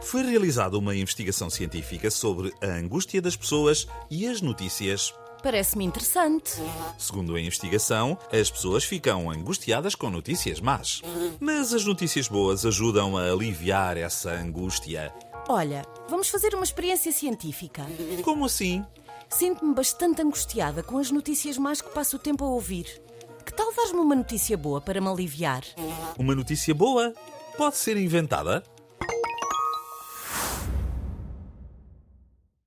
Foi realizada uma investigação científica sobre a angústia das pessoas e as notícias. Parece-me interessante. Segundo a investigação, as pessoas ficam angustiadas com notícias más. Mas as notícias boas ajudam a aliviar essa angústia. Olha, vamos fazer uma experiência científica. Como assim? Sinto-me bastante angustiada com as notícias más que passo o tempo a ouvir. Que tal dar-me uma notícia boa para me aliviar? Uma notícia boa pode ser inventada?